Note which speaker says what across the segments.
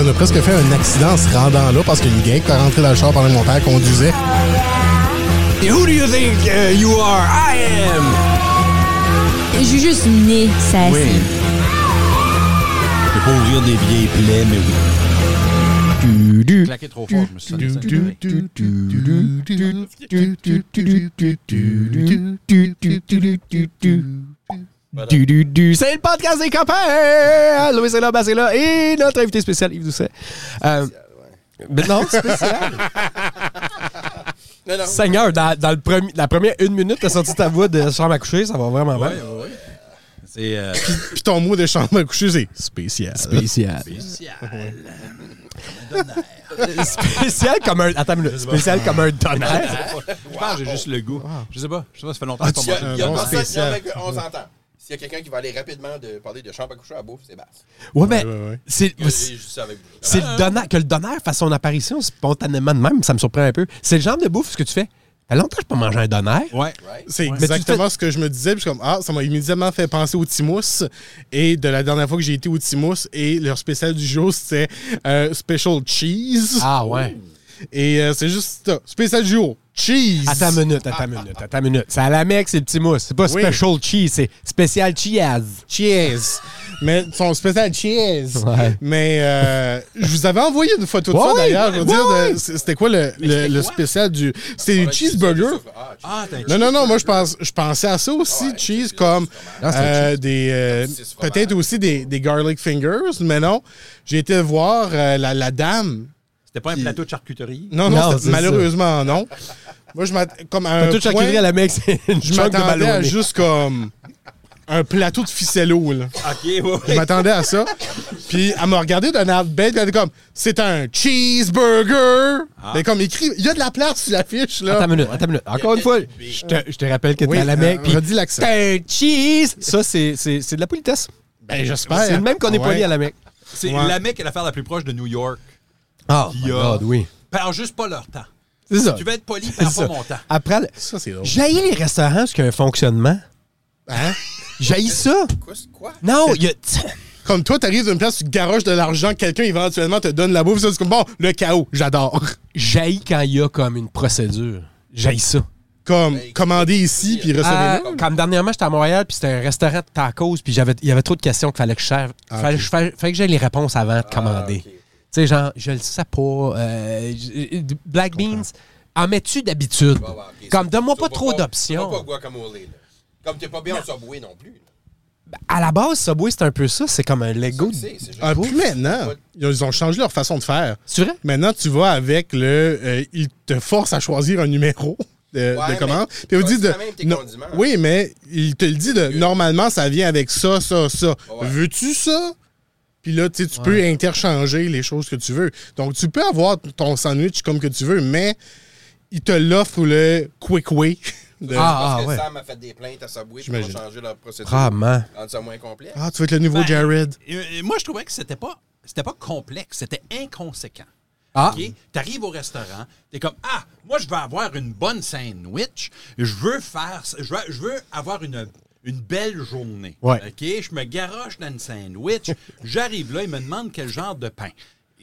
Speaker 1: on a presque fait un accident en se rendant là parce qu'il y a une gang qui a rentré dans le char pendant que mon père conduisait.
Speaker 2: Who do you think uh, you are? I am!
Speaker 3: J'ai juste né ça
Speaker 2: Oui. Ben, Je peux pas ouvrir des vieilles plaies, mais oui. Claquer trop fort, je me suis sonné ça. C'est le podcast des copains! Louis est là, Bas est là, et notre invité spécial, Yves Doucet. Euh, mais non, spécial. Seigneur, dans, dans le premi- la première une minute, t'as sorti ta voix de chambre à coucher, ça va vraiment mal.
Speaker 4: C'est euh,
Speaker 1: Puis ton mot de chambre à coucher, c'est spécial.
Speaker 2: Spécial. spécial comme un. Attends, une minute. spécial comme un tonnerre. Ah,
Speaker 4: je pense que j'ai juste le goût. Je sais pas, je sais pas, ça fait longtemps que
Speaker 5: Il y a,
Speaker 4: je
Speaker 1: un
Speaker 5: il y a
Speaker 1: bon
Speaker 5: personne-
Speaker 1: spécial.
Speaker 5: il y en a que- on s'entend. S'il y a quelqu'un qui va aller rapidement de parler de chambre à coucher à bouffe, c'est basse.
Speaker 2: Ouais, mais
Speaker 1: ouais, ouais.
Speaker 2: c'est.
Speaker 5: Je dis juste ça avec vous.
Speaker 2: C'est le donneur, que le donneur fasse son apparition spontanément de même, ça me surprend un peu. C'est le genre de bouffe ce que tu fais. T'as longtemps que je pas mangé un donneur.
Speaker 4: Ouais.
Speaker 5: Right?
Speaker 1: C'est
Speaker 2: Mais tu
Speaker 1: exactement ce que je me disais. Puis je suis comme, ah, ça m'a immédiatement fait penser au Timous. Et de la dernière fois que j'ai été au Timous, et leur spécial du jour, c'était euh, Special Cheese.
Speaker 2: Ah ouais.
Speaker 1: Et euh, c'est juste ça. Spécial du jour, cheese.
Speaker 2: Attends Ah, une minute, attends une minute, attends une minute. C'est à la mec, c'est le petit mousse. C'est pas
Speaker 1: Oui.
Speaker 2: special cheese, c'est spécial cheese.
Speaker 1: Cheese. Mais son spécial cheese.
Speaker 2: Ouais.
Speaker 1: Mais euh, je vous avais envoyé une photo de
Speaker 2: Ouais,
Speaker 1: ça
Speaker 2: ouais,
Speaker 1: d'ailleurs. Je veux
Speaker 2: ouais,
Speaker 1: dire,
Speaker 2: ouais.
Speaker 1: de- c'est- c'était quoi le, le- le spécial du. C'était
Speaker 5: Ah,
Speaker 1: du
Speaker 5: tu
Speaker 1: cheeseburger.
Speaker 5: sais, tu sais, ah, tu-
Speaker 4: Ah, t'as un
Speaker 1: Non, non, non, moi je pense je pensais à ça aussi,
Speaker 5: Ouais,
Speaker 1: cheese,
Speaker 5: c'est-
Speaker 1: comme
Speaker 2: Ah, c'est
Speaker 1: euh, des. euh,
Speaker 5: Saucisse fromage.
Speaker 1: Peut-être aussi des, des garlic fingers, mais non. J'ai été voir euh, la, la dame.
Speaker 4: C'était pas un plateau de charcuterie.
Speaker 1: Non,
Speaker 2: Non,
Speaker 1: non, c'était-
Speaker 2: c'est ça.
Speaker 1: malheureusement non. Moi je m'attends. Comme à un
Speaker 2: Toute
Speaker 1: point,
Speaker 2: charcuterie à la mec, c'est une
Speaker 1: je
Speaker 2: chunk de
Speaker 1: m'attendais à
Speaker 2: ballonné.
Speaker 1: juste comme un plateau de ficello, là.
Speaker 4: Ok, ouais.
Speaker 1: Je m'attendais à ça. Puis elle m'a regardé d'un air bête, puis elle était comme c'est un cheeseburger.
Speaker 4: Ah.
Speaker 1: Mais comme écrit, il y a de la place sur l'affiche
Speaker 2: Attends
Speaker 1: là.
Speaker 2: une minute, attends une minute. Encore une fois, je te, je te rappelle que t'es
Speaker 1: Oui,
Speaker 2: à la mec.
Speaker 1: euh,
Speaker 2: puis
Speaker 1: redis l'accent.
Speaker 2: T'as un cheese. Ah, Ça, c'est c'est- c'est de la politesse.
Speaker 1: Ben j'espère.
Speaker 2: C'est le même qu'on est
Speaker 1: Ouais.
Speaker 2: poli à la mec.
Speaker 4: C'est
Speaker 1: Ouais.
Speaker 4: la mec est l'affaire la plus proche de New York.
Speaker 2: Ah,
Speaker 4: my God,
Speaker 2: oui.
Speaker 4: Perds juste pas leur temps.
Speaker 2: C'est ça.
Speaker 4: Tu veux être poli,
Speaker 2: C'est
Speaker 4: perds
Speaker 2: ça.
Speaker 4: pas mon temps.
Speaker 2: Après, le-
Speaker 1: Ça c'est drôle.
Speaker 2: J'haïs les restaurants parce qu'il y a un fonctionnement.
Speaker 1: Hein?
Speaker 2: J'haïs ça. Euh,
Speaker 5: Quoi? c'est- quoi?
Speaker 2: Non, il y a...
Speaker 1: Comme toi, t'arrives d'une place, tu garoches de l'argent, quelqu'un éventuellement te donne la bouffe, ça, c'est comme bon, le chaos, j'adore.
Speaker 2: J'haïs quand il y a comme une procédure. J'haïs ça.
Speaker 1: Comme commander ici puis
Speaker 2: Ah,
Speaker 1: recevoir.
Speaker 2: comme dernièrement, j'étais à Montréal, puis c'était un restaurant de tacos, puis j'avais- il y avait trop de questions qu'il fallait que je serve. fallait, que je fasse- fallait que j'aie les réponses avant de commander.
Speaker 5: Ah, ok.
Speaker 2: Tu sais, genre, je le sais pas. euh, j- euh, black beans, en mets-tu d'habitude?
Speaker 5: Ouais, ouais, bah, ok,
Speaker 2: Comme,
Speaker 5: c'est-
Speaker 2: donne-moi
Speaker 5: c'est
Speaker 2: pas trop d'options.
Speaker 5: Pas guacamole, là. Comme t'es pas bien au Subway non plus.
Speaker 2: À la base, Subway, c'est un peu ça. C'est comme un Lego.
Speaker 5: Tu sais, c'est juste-
Speaker 1: Ah, puis maintenant, ils ont changé leur façon de faire.
Speaker 2: C'est vrai?
Speaker 1: Maintenant, tu vas avec le. euh, ils te forcent à choisir un numéro de,
Speaker 5: Ouais,
Speaker 1: de commande. Puis
Speaker 5: mais
Speaker 1: ils vous
Speaker 5: choisis
Speaker 1: disent de.
Speaker 5: quand même tes
Speaker 1: non,
Speaker 5: condiments.
Speaker 1: oui, mais il te le dit de. Normalement, ça vient avec ça, ça, ça.
Speaker 5: Ouais.
Speaker 1: Veux-tu ça? Puis là, tu sais, tu peux interchanger les choses que tu veux. Donc, tu peux avoir ton sandwich comme que tu veux, mais il te l'offre le quick way. de-
Speaker 2: Ah.
Speaker 5: Parce que
Speaker 2: ouais.
Speaker 5: Sam a fait des plaintes à Subway pour
Speaker 1: J'imagine.
Speaker 5: changer leur procédure.
Speaker 2: Vraiment.
Speaker 5: Rendre ça moins complet.
Speaker 1: Ah, tu veux être le nouveau
Speaker 4: Ben,
Speaker 1: Jared.
Speaker 4: Et- et moi, je trouvais que c'était pas, c'était pas complexe, c'était inconséquent.
Speaker 2: Ah.
Speaker 4: OK? T'arrives au restaurant, t'es comme Ah, moi, je veux avoir une bonne sandwich, je veux faire, je veux, je veux avoir une, une belle journée.
Speaker 2: Ouais.
Speaker 4: OK? Je me garoche dans une sandwich, j'arrive là, ils me demandent quel genre de pain.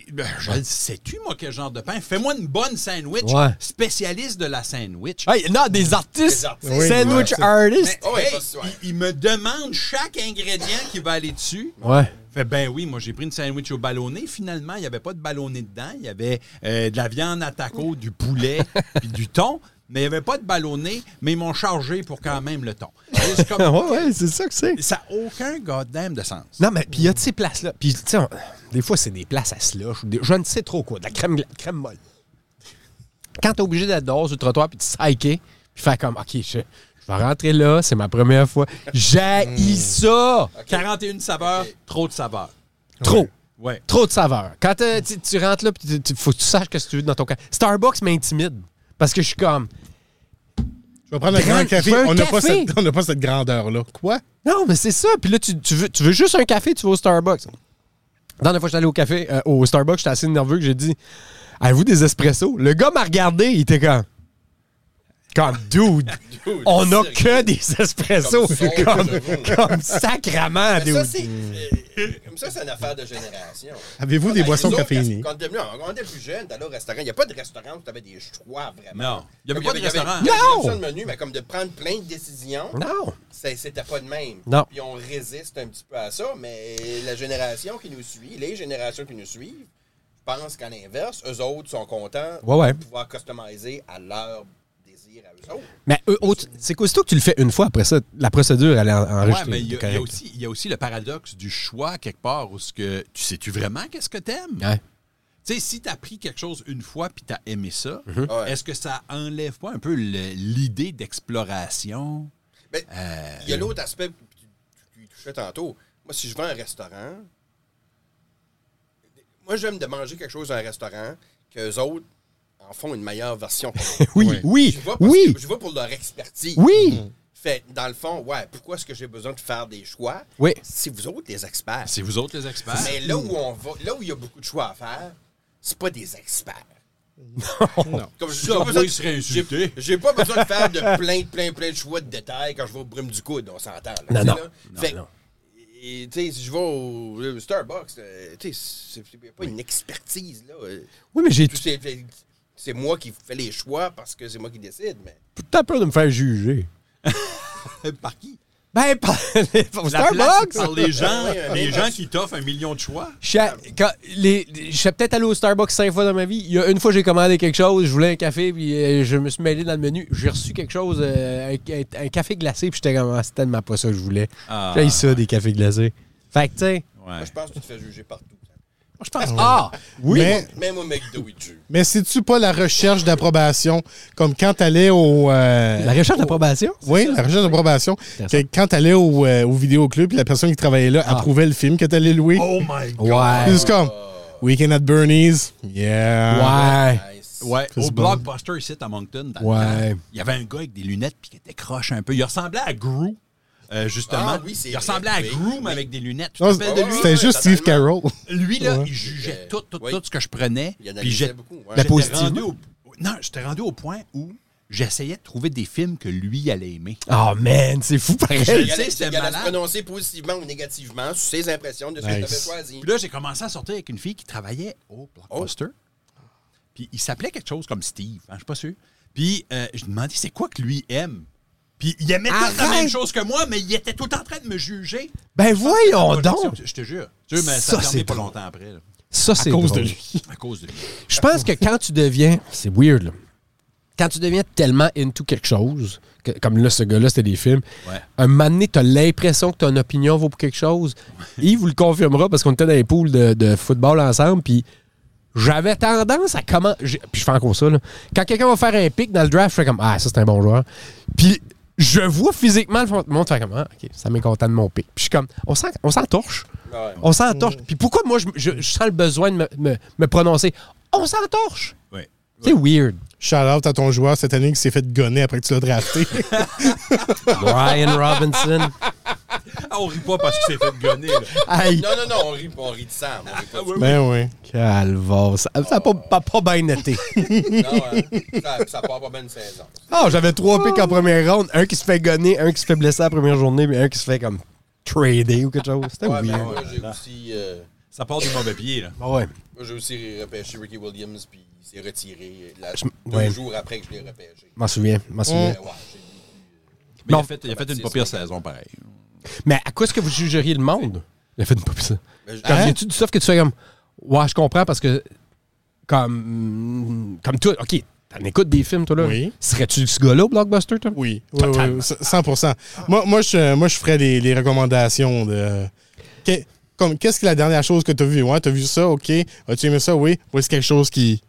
Speaker 4: Et ben, je le sais-tu, moi, quel genre de pain? Fais-moi une bonne sandwich,
Speaker 2: Ouais.
Speaker 4: spécialiste de la sandwich.
Speaker 2: Hey, non, des artistes.
Speaker 5: Des artistes.
Speaker 1: Oui,
Speaker 2: Sandwich
Speaker 1: ouais.
Speaker 2: artists.
Speaker 4: Mais,
Speaker 5: Oh, ouais,
Speaker 4: hey,
Speaker 5: pas ce soir.
Speaker 4: il, il me demande chaque ingrédient qui va aller dessus.
Speaker 5: oh.
Speaker 2: Ouais.
Speaker 4: Fait ben oui, moi j'ai pris une sandwich au ballonné. Finalement, il n'y avait pas de ballonné dedans. Il y avait euh, de la viande à taco, du poulet, puis du thon. Mais il n'y avait pas de ballonné, mais ils m'ont chargé pour quand même le thon. Et c'est comme-
Speaker 2: ouais, ouais, c'est ça que c'est.
Speaker 4: ça n'a aucun goddamn de sens.
Speaker 2: Non, mais puis il y a de ces places-là. Puis, tu sais, on- des fois, c'est des places à slush. ou des- je ne sais trop quoi. De la crème, gla- crème molle. Quand t'es obligé d'être dehors sur le trottoir puis de psycher, puis faire comme, OK, je, je vais rentrer là, c'est ma première fois.
Speaker 4: Hmm.
Speaker 2: J'haïs ça!
Speaker 4: 41 saveurs, trop de saveurs.
Speaker 2: Trop!
Speaker 4: Ouais.
Speaker 2: Trop de saveur. Quand euh, tu, tu rentres là, puis tu, tu- faut que tu saches ce que tu veux dans ton cas. Starbucks m'intimide. Parce que je suis comme,
Speaker 1: Je vais prendre un grand
Speaker 2: Grand-
Speaker 1: café.
Speaker 2: je veux un
Speaker 1: On n'a pas,
Speaker 2: café.
Speaker 1: cette- on n'a pas cette grandeur-là. Quoi?
Speaker 2: Non, mais c'est ça. Puis là, tu, tu veux, tu veux juste un café, tu vas au Starbucks. La dernière fois que j'étais allé au café, euh, au Starbucks, j'étais assez nerveux que j'ai dit Avez-vous des espressos Le gars m'a regardé, il était comme. Comme dude,
Speaker 5: Dude,
Speaker 2: on n'a
Speaker 5: sérieux.
Speaker 2: que des espressos.
Speaker 5: Comme
Speaker 2: Comme,
Speaker 5: son,
Speaker 2: comme sacrament,
Speaker 5: Mais ça,
Speaker 2: dude.
Speaker 5: c'est. euh,
Speaker 2: Mm.
Speaker 5: Comme ça, c'est une affaire de génération.
Speaker 2: Ah,
Speaker 1: Avez-vous des
Speaker 5: Hey,
Speaker 1: boissons
Speaker 5: Ah, Ben, nous autres,
Speaker 1: caféinées?
Speaker 5: Quand on était venus- quand on était plus jeune, t'allais au restaurant. Il n'y a pas de restaurant où tu avais des choix vraiment.
Speaker 4: Non. Il y avait
Speaker 5: Comme
Speaker 4: pas de
Speaker 5: il y avait-
Speaker 4: restaurant.
Speaker 5: Il y avait
Speaker 2: Non!
Speaker 5: ça le menu, mais comme de prendre plein de décisions,
Speaker 2: Non.
Speaker 5: c'est- c'était pas de même.
Speaker 2: Non.
Speaker 5: Puis on résiste un petit peu à ça, mais la génération qui nous suit, les générations qui nous suivent, pensent qu'à l'inverse, eux autres sont contents
Speaker 2: Ouais, ouais.
Speaker 5: de pouvoir customiser à leur désir à eux autres.
Speaker 2: Mais eux, autres- c'est qu'aussitôt que tu le fais une fois, après ça, la procédure, elle est en-
Speaker 4: Ouais,
Speaker 2: enregistrée.
Speaker 4: mais il y, a-
Speaker 2: T'es
Speaker 4: il y a
Speaker 2: correct.
Speaker 4: aussi- il y a aussi le paradoxe du choix quelque part où ce que tu sais-tu vraiment qu'est-ce que t'aimes?
Speaker 2: Ouais.
Speaker 4: Tu sais, si t'as pris quelque chose une fois puis t'as aimé ça,
Speaker 5: Ouais.
Speaker 4: est-ce que ça enlève pas un peu le- l'idée d'exploration?
Speaker 5: Mais
Speaker 4: Euh,
Speaker 5: Ben, il y a l'autre aspect que tu, tu- tu touchais tantôt. Moi, si je vais à un restaurant, moi, j'aime de manger quelque chose à un restaurant qu'eux autres en font une meilleure version.
Speaker 2: Oui, oui,
Speaker 5: Je vais parce
Speaker 2: oui,
Speaker 5: que- je vais pour leur expertise. Mm-hmm.
Speaker 2: oui.
Speaker 5: Fait, dans le fond, ouais, pourquoi est-ce que j'ai besoin de faire des choix?
Speaker 2: Oui.
Speaker 5: C'est vous autres les experts.
Speaker 4: c'est vous autres les experts.
Speaker 5: Mais là où on va, là où il y a beaucoup de choix à faire, c'est pas des experts.
Speaker 1: Non.
Speaker 5: Comme je
Speaker 4: Ça,
Speaker 5: j'ai pas
Speaker 4: oui,
Speaker 5: besoin de-
Speaker 4: il serait insulté.
Speaker 5: J'ai j'ai pas besoin de faire de plein, plein, plein de choix de détails quand je vais au brume du coude, on s'entend.
Speaker 2: Non,
Speaker 5: là, tu sais,
Speaker 2: non.
Speaker 5: là.
Speaker 2: Non,
Speaker 5: Fait-
Speaker 2: non.
Speaker 5: et, tu sais, si je vais au euh, Starbucks, euh, tu sais, c'est c'est pas une expertise, là. euh,
Speaker 2: Oui, mais j'ai
Speaker 5: tout c'est- fait- C'est moi qui fais les choix parce que c'est moi qui décide, mais...
Speaker 2: tout le temps peur de me faire juger.
Speaker 4: Par qui?
Speaker 2: Ben, par, par
Speaker 4: La place,
Speaker 2: Starbucks!
Speaker 4: par les gens,
Speaker 5: Ouais, ouais,
Speaker 4: les
Speaker 5: ouais.
Speaker 4: gens qui t'offrent un million de choix.
Speaker 2: Je suis à- quand- les- je suis peut-être allé au Starbucks cinq fois dans ma vie. Il y a une fois, j'ai commandé quelque chose, je voulais un café, puis euh, je me suis mêlé dans le menu. J'ai reçu quelque chose, euh, un, un- un café glacé, puis j'étais comme, ah, c'est tellement pas ça que je voulais.
Speaker 4: Ah.
Speaker 2: J'ai ça, des cafés glacés. Fait que, tu sais.
Speaker 5: Moi, je pense que tu te fais juger partout.
Speaker 2: je pense Ah! Oui!
Speaker 1: Mais,
Speaker 5: Même au McDo, ils te jugent.
Speaker 1: mais c'est-tu pas la recherche d'approbation? Comme quand t'allais au. euh,
Speaker 2: la recherche d'approbation?
Speaker 1: Oui, la recherche d'approbation. Que Quand t'allais au, euh, au vidéoclub, la personne qui travaillait là approuvait le film que t'allais louer.
Speaker 4: Oh my God!
Speaker 1: C'est
Speaker 2: Ouais.
Speaker 1: juste comme Weekend at Bernie's. Yeah.
Speaker 2: Ouais.
Speaker 5: Nice.
Speaker 4: Ouais,
Speaker 1: c'est
Speaker 4: au
Speaker 1: bon.
Speaker 4: Blockbuster ici à Moncton, dans le
Speaker 2: Ouais.
Speaker 4: temps, il y avait un gars avec des lunettes puis qui était croche un peu. Il ressemblait à Gru, euh, justement.
Speaker 5: Ah oui, c'est
Speaker 4: il
Speaker 5: vrai,
Speaker 4: ressemblait à
Speaker 5: oui,
Speaker 4: Gru, mais
Speaker 5: oui.
Speaker 4: avec des lunettes. Tu te
Speaker 1: Non,
Speaker 4: rappelles Ah, ben, de lui?
Speaker 1: C'était juste Steve Carroll.
Speaker 5: totalement.
Speaker 4: Lui, là,
Speaker 1: Ouais.
Speaker 4: il jugeait
Speaker 5: Euh,
Speaker 4: tout, tout,
Speaker 5: oui.
Speaker 4: tout ce que je prenais.
Speaker 5: Il
Speaker 4: Puis
Speaker 5: analysait
Speaker 4: j'ai-
Speaker 5: beaucoup. ouais.
Speaker 2: La
Speaker 4: j'étais
Speaker 2: positive.
Speaker 4: rendu au- Non, j'étais rendu au point où j'essayais de trouver des films que lui allait aimer.
Speaker 2: Oh, man, c'est fou
Speaker 4: Je-
Speaker 2: pareil.
Speaker 5: Il
Speaker 4: Tu sais,
Speaker 5: allait, il
Speaker 4: c'était
Speaker 5: allait se
Speaker 4: malade.
Speaker 5: prononcer positivement ou négativement sur ses impressions de ce que tu avais
Speaker 1: Nice.
Speaker 5: choisi.
Speaker 4: Puis là, j'ai commencé à sortir avec une fille qui travaillait au Blockbuster.
Speaker 2: Oh.
Speaker 4: Puis il s'appelait quelque chose comme Steve, hein, je suis pas sûr. Puis euh, je lui demandais c'est quoi que lui aime. Puis il aimait toutes la
Speaker 2: Arrête!
Speaker 4: même chose que moi, mais il était tout le temps en train de me juger.
Speaker 2: Ben, voyons
Speaker 4: Moi, je-
Speaker 2: donc!
Speaker 4: Je te jure. Tu sais, mais
Speaker 2: Ça,
Speaker 4: ça, ça
Speaker 2: c'est
Speaker 4: pas
Speaker 2: drôle.
Speaker 4: longtemps après. là.
Speaker 2: Ça, c'est
Speaker 1: cause
Speaker 2: drôle.
Speaker 1: de lui.
Speaker 4: À cause de lui.
Speaker 2: Je pense que quand tu deviens. C'est weird, là. Quand tu deviens tellement into quelque chose, que- comme là, ce gars-là, c'était des films,
Speaker 4: Ouais.
Speaker 2: un moment donné, t'as l'impression que ton opinion vaut pour quelque chose. Il vous le confirmera parce qu'on était dans les poules de, de football ensemble, puis j'avais tendance à comment. j'ai- Puis je fais encore ça, là. Quand quelqu'un va faire un pic dans le draft, je fais comme Ah, ça, c'est un bon joueur. Puis je vois physiquement le fond de monde faire comme Ah, OK, ça m'est content de mon pic. Puis je suis comme On s'en- on s'entorche.
Speaker 5: Ouais.
Speaker 2: On s'entorche. Puis pourquoi moi, je, je- je sens le besoin de me, me- me prononcer? On s'entorche.
Speaker 4: Ouais.
Speaker 2: C'est weird.
Speaker 1: Shout out à ton joueur cette année qui s'est fait gonner après que tu l'as drafté.
Speaker 2: Brian Robinson.
Speaker 4: Ah, on rit pas parce qu'il s'est fait gonner. là.
Speaker 2: Aïe.
Speaker 5: Non, non, non, on rit, on rit de Sam. On rit pas
Speaker 4: Ah
Speaker 5: de
Speaker 1: ben oui.
Speaker 2: Calvaire. Ça n'a pas, pas, pas bien été.
Speaker 5: Non, hein. ça, ça part pas bien une saison.
Speaker 2: Ah, j'avais trois pics en première ronde. Un qui se fait gonner, un qui se fait blesser la première journée, puis un qui se fait comme trader ou quelque chose. C'était
Speaker 5: Ouais, ben,
Speaker 2: weird.
Speaker 5: moi, j'ai aussi, euh,
Speaker 4: Ça part du mauvais pied. Là.
Speaker 2: Ah ouais.
Speaker 5: moi, j'ai aussi repêché Ricky Williams, puis il s'est retiré euh, la-
Speaker 2: Je-
Speaker 5: deux
Speaker 2: ouais.
Speaker 5: jours après que je l'ai repêché.
Speaker 2: M'en souviens. M'en souviens.
Speaker 5: Euh, ouais, j'ai-
Speaker 4: Mais
Speaker 2: Non.
Speaker 4: il a fait, il a fait une pas pire saison, pareil.
Speaker 2: Mais à quoi est-ce que vous jugeriez le monde? Hein? Il a fait une pas ça.
Speaker 5: mais je-
Speaker 2: Comme, y a-tu du stuff que tu fais comme Ouais, je comprends parce que comme comme toi, OK, t'en écoutes des films toi là.
Speaker 1: Oui.
Speaker 2: Serais-tu ce gars-là au blockbuster toi
Speaker 1: Oui, oui, oui,
Speaker 2: Totalement.
Speaker 1: oui, 100 Moi, moi, je, moi, je ferais les, les recommandations de. que- comme, qu'est-ce que la dernière chose que tu as vue? Ouais, tu as vu ça, OK. As-tu aimé ça? Oui. Ou est-ce quelque chose qui.